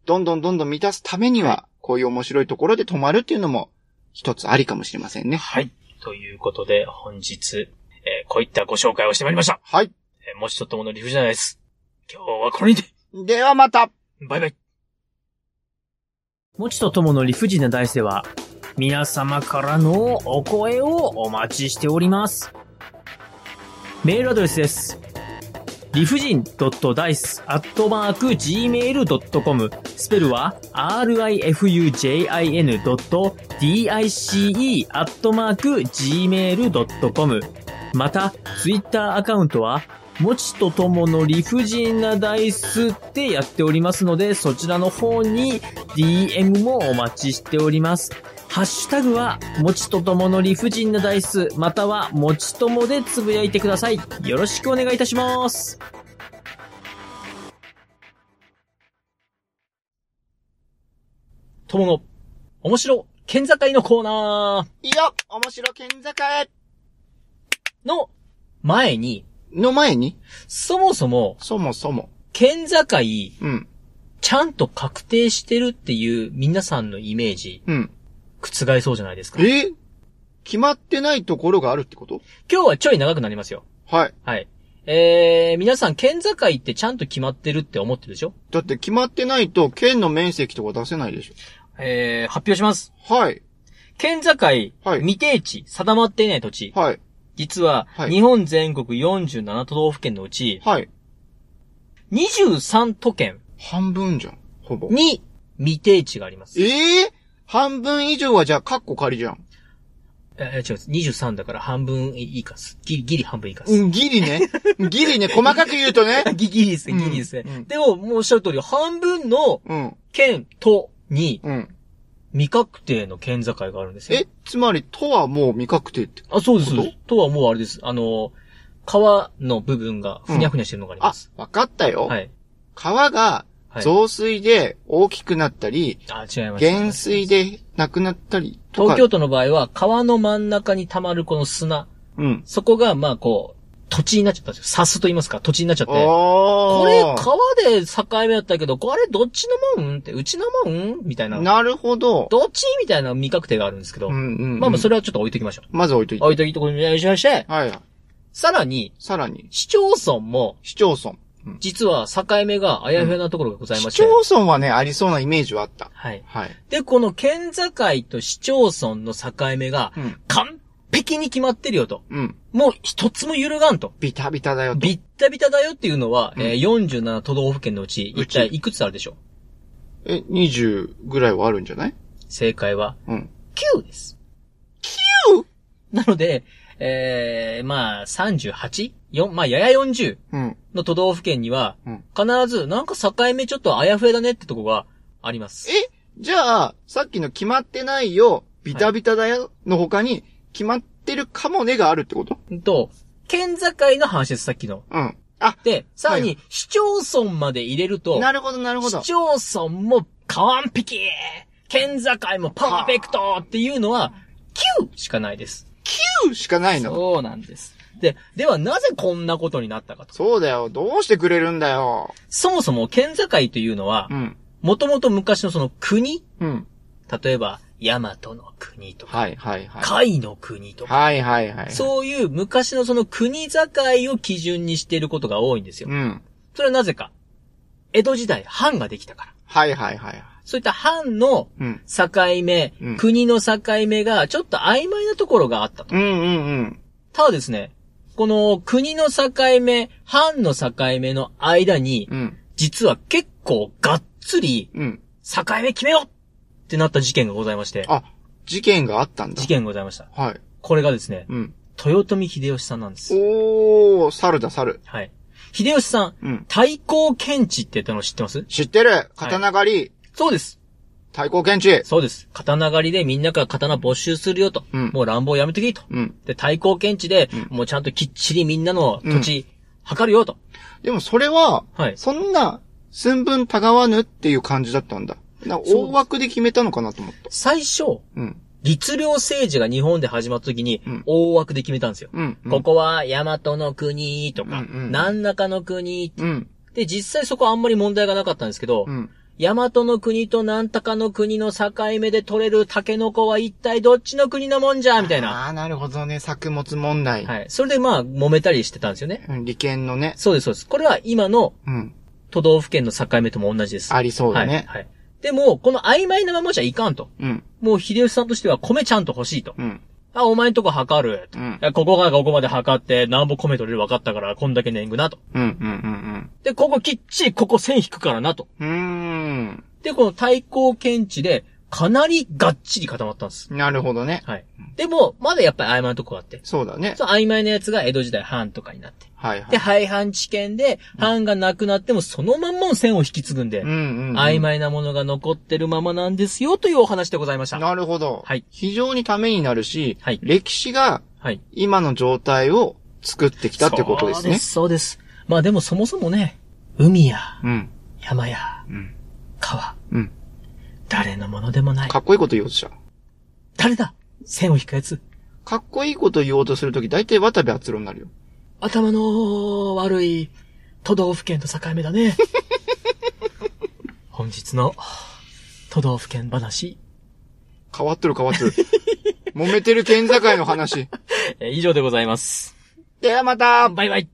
[SPEAKER 2] どんどんどんどん満たすためには、こういう面白いところで泊まるっていうのも一つありかもしれませんね。
[SPEAKER 1] はい。ということで、本日、えーこういったご紹介をしてまいりました。
[SPEAKER 2] はい。
[SPEAKER 1] えーもしちょっともの理不尽ないです。今日はこれにて、
[SPEAKER 2] ではまた
[SPEAKER 1] バイバイ。もちとともの理不尽な大世は、皆様からのお声をお待ちしております。メールアドレスです。理不尽 .dice.gmail.com スペルは rifujin.dice.gmail.com また、ツイッターアカウントは、もちとともの理不尽なダイスってやっておりますので、そちらの方に DM もお待ちしております。ハッシュタグは、もちとともの理不尽なダイス、または、もちともでつぶやいてください。よろしくお願いいたします。ともの、面白、県境のコーナー
[SPEAKER 2] いや面白県境
[SPEAKER 1] の前に、
[SPEAKER 2] の前に、
[SPEAKER 1] そもそも、
[SPEAKER 2] そもそも、
[SPEAKER 1] 県境、
[SPEAKER 2] うん、
[SPEAKER 1] ちゃんと確定してるっていう皆さんのイメージ、
[SPEAKER 2] うん。
[SPEAKER 1] 覆そうじゃないですか。今
[SPEAKER 2] え決まってないところがあるってこと
[SPEAKER 1] 日はちょい長くなりますよ。
[SPEAKER 2] はい。
[SPEAKER 1] はい。えー、皆さん県境ってちゃんと決まってるって思ってるでしょ
[SPEAKER 2] だって決まってないと県の面積とか出せないでし
[SPEAKER 1] えー、発表します。
[SPEAKER 2] ょ。はい。
[SPEAKER 1] 県境、
[SPEAKER 2] はい
[SPEAKER 1] 未定地、定まっていない土地。
[SPEAKER 2] はい。
[SPEAKER 1] 実は、
[SPEAKER 2] はい
[SPEAKER 1] 日本全国47都道府県のうち、
[SPEAKER 2] はい。
[SPEAKER 1] 23都県
[SPEAKER 2] 半分じゃん。ほぼ。
[SPEAKER 1] に未定地があります。
[SPEAKER 2] ええ半分以上はじゃあ、カッコ仮じゃん。
[SPEAKER 1] えー、違う、23だから半分以下です。ギリ、ギリ半分以下です。
[SPEAKER 2] うん、ギリね。ギリね、細かく言うとね。
[SPEAKER 1] ギギリですね、
[SPEAKER 2] うん
[SPEAKER 1] ギリですね。
[SPEAKER 2] うん
[SPEAKER 1] でも、もうおっしゃる通り、半分の
[SPEAKER 2] うん、
[SPEAKER 1] 県、都に
[SPEAKER 2] うん。
[SPEAKER 1] 未確定の県境があるんですよ。
[SPEAKER 2] え、つまり、とはもう未確定って。
[SPEAKER 1] あ、そうです。
[SPEAKER 2] こと
[SPEAKER 1] そうですとはもうあれです。あの、川の部分がふにゃふにゃしてるのがありま
[SPEAKER 2] あ
[SPEAKER 1] す。、
[SPEAKER 2] わかったよ。
[SPEAKER 1] はい。
[SPEAKER 2] 川が
[SPEAKER 1] はい。
[SPEAKER 2] 増水で大きくなったり、
[SPEAKER 1] あ、違います。
[SPEAKER 2] 減水でなくなったりとか。
[SPEAKER 1] 東京都の場合は、川の真ん中に溜まるこの砂、
[SPEAKER 2] うん。
[SPEAKER 1] そこが、まあこう、土地になっちゃったんですよ。サスと言いますか、土地になっちゃって。こ
[SPEAKER 2] こ
[SPEAKER 1] れ、川で境目だったけど、これどっちのもんって、うちのもんみたいな。
[SPEAKER 2] なるほど。
[SPEAKER 1] どっちみたいな未確定があるんですけど。
[SPEAKER 2] うんうんうん
[SPEAKER 1] まあまあ、それはちょっと置いときましょ。
[SPEAKER 2] まず置いというて。
[SPEAKER 1] 置いときところにお願いしまして、
[SPEAKER 2] はい。
[SPEAKER 1] さらに、
[SPEAKER 2] さらに、
[SPEAKER 1] 市町村も、
[SPEAKER 2] 市町村。うん
[SPEAKER 1] 実は境目があやふやなところがございま
[SPEAKER 2] 市
[SPEAKER 1] して。
[SPEAKER 2] 町村はね、ありそうなイメージはあった。
[SPEAKER 1] はい。
[SPEAKER 2] はい。
[SPEAKER 1] で、この県境と市町村の境目が
[SPEAKER 2] うん。
[SPEAKER 1] 完璧に決まってるよと。
[SPEAKER 2] うん。
[SPEAKER 1] もう一つも揺るがんと。
[SPEAKER 2] ビタビタだよと。
[SPEAKER 1] ビッタビタだよっていうのは、
[SPEAKER 2] うん
[SPEAKER 1] えー47都道府県のうち、
[SPEAKER 2] う
[SPEAKER 1] 一
[SPEAKER 2] ち
[SPEAKER 1] 体いくつあるでしょう
[SPEAKER 2] え、20ぐらいはあるんじゃない
[SPEAKER 1] 正解は
[SPEAKER 2] うん。
[SPEAKER 1] 9です。9! なので、えー、まあ 38? よ、まあやや40
[SPEAKER 2] うん。
[SPEAKER 1] の都道府県には
[SPEAKER 2] うん、
[SPEAKER 1] 必ずなんか境目ちょっとあやふやだねってとこがあります。
[SPEAKER 2] えじゃあ、さっきの決まってないよ、ビタビタだよの他に、決まってるかもねがあるってこと
[SPEAKER 1] うんと、県境の話です、さっきの。
[SPEAKER 2] うん。あ、
[SPEAKER 1] で、さら
[SPEAKER 2] は
[SPEAKER 1] に、市町村まで入れると、
[SPEAKER 2] なるほど、なるほど
[SPEAKER 1] 市。町村も完璧県境もパーフェクトっていうのは、9しかないです。
[SPEAKER 2] 9しかないの。
[SPEAKER 1] そうなんです。で、ではなぜこんなことになったかと。
[SPEAKER 2] そうだよ。どうしてくれるんだよ。
[SPEAKER 1] そもそも県境というのは
[SPEAKER 2] う、ん。
[SPEAKER 1] もともと昔のその国、
[SPEAKER 2] うん。
[SPEAKER 1] 例えば、大和の国とか、
[SPEAKER 2] はい、はい、はい。
[SPEAKER 1] 甲斐の国とか、
[SPEAKER 2] はい、はい、はい。
[SPEAKER 1] そういう昔のその国境を基準にしていることが多いんですよ。
[SPEAKER 2] うん。
[SPEAKER 1] それはなぜか。江戸時代、藩ができたから。
[SPEAKER 2] はい、はい、はい。
[SPEAKER 1] そういった藩の
[SPEAKER 2] うん。
[SPEAKER 1] 境目、
[SPEAKER 2] うん
[SPEAKER 1] 国の境目がちょっと曖昧なところがあったと。
[SPEAKER 2] うん、うん、うん。
[SPEAKER 1] ただですね、この国の境目、藩の境目の間に、
[SPEAKER 2] うん。
[SPEAKER 1] 実は結構がっつり
[SPEAKER 2] うん。
[SPEAKER 1] 境目決めようってなった事件がございまして、
[SPEAKER 2] あ、事件があったんだ。
[SPEAKER 1] 事件がございました。
[SPEAKER 2] はい。
[SPEAKER 1] これがですね、
[SPEAKER 2] うん。
[SPEAKER 1] 豊臣秀吉さんなんです。
[SPEAKER 2] おー、猿だ、猿。
[SPEAKER 1] はい。秀吉さん、
[SPEAKER 2] うん。
[SPEAKER 1] 対抗検知って言ったの知ってます
[SPEAKER 2] 知ってる刀狩り、
[SPEAKER 1] そうです。
[SPEAKER 2] 太鼓検知。
[SPEAKER 1] そうです。刀狩りでみんなから刀没収するよと。
[SPEAKER 2] うん
[SPEAKER 1] もう乱暴やめてけと。
[SPEAKER 2] うん。
[SPEAKER 1] で、対抗検知で、
[SPEAKER 2] う
[SPEAKER 1] もうちゃんときっちりみんなの土地、測るよと。
[SPEAKER 2] でもそれは、
[SPEAKER 1] はい。
[SPEAKER 2] そんな、寸分たがわぬっていう感じだったんだ。な
[SPEAKER 1] そう
[SPEAKER 2] 大枠で決めたのかなと思った。
[SPEAKER 1] 最初、
[SPEAKER 2] うん。
[SPEAKER 1] 律令政治が日本で始まった時に
[SPEAKER 2] うん、
[SPEAKER 1] 大枠で決めたんですよ。
[SPEAKER 2] うん。うん
[SPEAKER 1] こ。こは、大和の国とか、
[SPEAKER 2] うんうん
[SPEAKER 1] 何らかの国。
[SPEAKER 2] うん。
[SPEAKER 1] で、実際そこあんまり問題がなかったんですけど、
[SPEAKER 2] うん。
[SPEAKER 1] 大和の国と何たかの国の境目で取れるタケノコは一体どっちの国のもんじゃみたいな。
[SPEAKER 2] ああー、なるほどね。作物問題。
[SPEAKER 1] はい。それでまあ、揉めたりしてたんですよね。
[SPEAKER 2] うん利権のね。
[SPEAKER 1] そうです、そうです。これは今の
[SPEAKER 2] うん。
[SPEAKER 1] 都道府県の境目とも同じです。
[SPEAKER 2] ありそうだね。
[SPEAKER 1] はい。はい。でも、この曖昧なままじゃいかんと。
[SPEAKER 2] うん。
[SPEAKER 1] もう、秀吉さんとしては米ちゃんと欲しいと。
[SPEAKER 2] うん。
[SPEAKER 1] あ、お前んとこ測る。と
[SPEAKER 2] うん
[SPEAKER 1] いやここからここまで測って、なんぼ米取れる分かったから、こんだけ年貢なと。
[SPEAKER 2] うん。うん。
[SPEAKER 1] で、ここきっちり、ここ線引くからなと。
[SPEAKER 2] うん。うん。う
[SPEAKER 1] で、この対抗検知で、かなりがっちり固まったんです。
[SPEAKER 2] ーん。なるほどね。
[SPEAKER 1] はい。でも、まだやっぱり曖昧なとこがあって。
[SPEAKER 2] そうだね。
[SPEAKER 1] その曖昧なやつが江戸時代藩とかになって。
[SPEAKER 2] はいは
[SPEAKER 1] で、
[SPEAKER 2] い。
[SPEAKER 1] 廃藩置県で、藩がなくなってもそのまんまの線を引き継ぐんで、
[SPEAKER 2] うんうんうん。
[SPEAKER 1] 曖昧なものが残ってるままなんですよというお話でございました。
[SPEAKER 2] なるほど。
[SPEAKER 1] はい
[SPEAKER 2] 非常にためになるし、
[SPEAKER 1] はい
[SPEAKER 2] 歴史が
[SPEAKER 1] はい。
[SPEAKER 2] 今の状態を作ってきたってことです
[SPEAKER 1] そうで
[SPEAKER 2] ね。
[SPEAKER 1] す、そうです。まあでもそもそもね、海や
[SPEAKER 2] うん。
[SPEAKER 1] 山や
[SPEAKER 2] うん。
[SPEAKER 1] 川、
[SPEAKER 2] うん。
[SPEAKER 1] 誰のものでもない。
[SPEAKER 2] かっこいいこと言おうとした。
[SPEAKER 1] 誰だ線を引くやつ。
[SPEAKER 2] かっこいいこと言おうとするとき、大体渡部篤郎になるよ。
[SPEAKER 1] 頭の悪い都道府県と境目だ ね。本日の都道府県話、
[SPEAKER 2] 変わっとる変わっ とる。揉めてる県境の話。
[SPEAKER 1] えー以上でございます。
[SPEAKER 2] ではまた
[SPEAKER 1] バイバイ